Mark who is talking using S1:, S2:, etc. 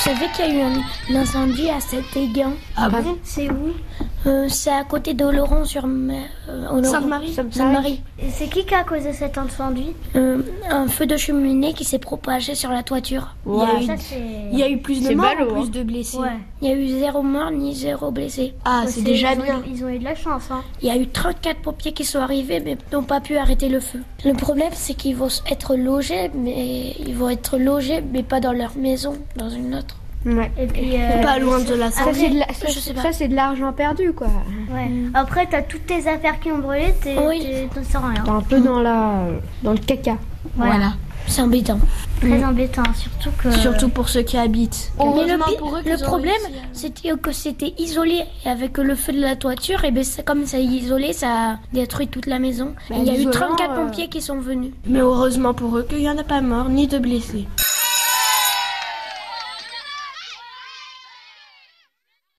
S1: savez qu'il y a eu un, un incendie à Saint-Égan
S2: Ah bon C'est où
S1: Euh, C'est à côté d'Oloron-sur-Mer. euh, Oloron.
S2: Sainte-Marie
S1: Sainte-Marie.
S2: Et c'est qui qui a causé cet incendie
S1: Euh, un feu de cheminée qui s'est propagé sur la toiture.
S2: Ah,
S3: Il, y a
S2: ça,
S3: eu,
S2: c'est-
S3: il y a eu plus de
S4: C'est
S3: morts,
S4: ballot,
S3: plus
S4: hein.
S3: de blessés.
S2: Ouais.
S1: Il y a eu zéro mort ni zéro blessé.
S3: Ah,
S2: Ouais,
S3: c'est déjà
S2: ils ont eu-
S3: bien.
S2: ils ont eu de la chance. Hein.
S1: Il y a eu 34 pompiers qui sont arrivés mais n'ont pas pu arrêter le feu. Le problème c'est qu'ils vont être logés mais ils vont être logés mais pas dans leur maison, dans une autre.
S4: Ouais.
S2: Et puis, euh,
S3: Pas loin de la
S4: Ça,
S2: Après-
S3: salle.
S4: c'est de la-
S1: je sais pas.
S4: ça, ça, c'est de l'argent perdu, quoi.
S2: ouais. Après, t'as toutes tes affaires qui ont brûlé, t'es-
S1: Oui.
S2: t'es- t'en sors rien.
S4: T'es un peu dans la, euh, dans le caca.
S2: Voilà.
S1: C'est embêtant.
S2: Très embêtant, surtout que.
S3: Surtout pour ceux qui habitent.
S1: Mais le, pi- le problème c'était que c'était isolé et avec le feu de la toiture et ben ça- comme c'est isolé ça a détruit toute la maison.
S4: Bah,
S1: il y a eu
S4: l'isolant,
S1: 34
S4: euh,
S1: pompiers qui sont venus.
S3: Mais heureusement pour eux qu'il n'y en a pas mort ni de blessés.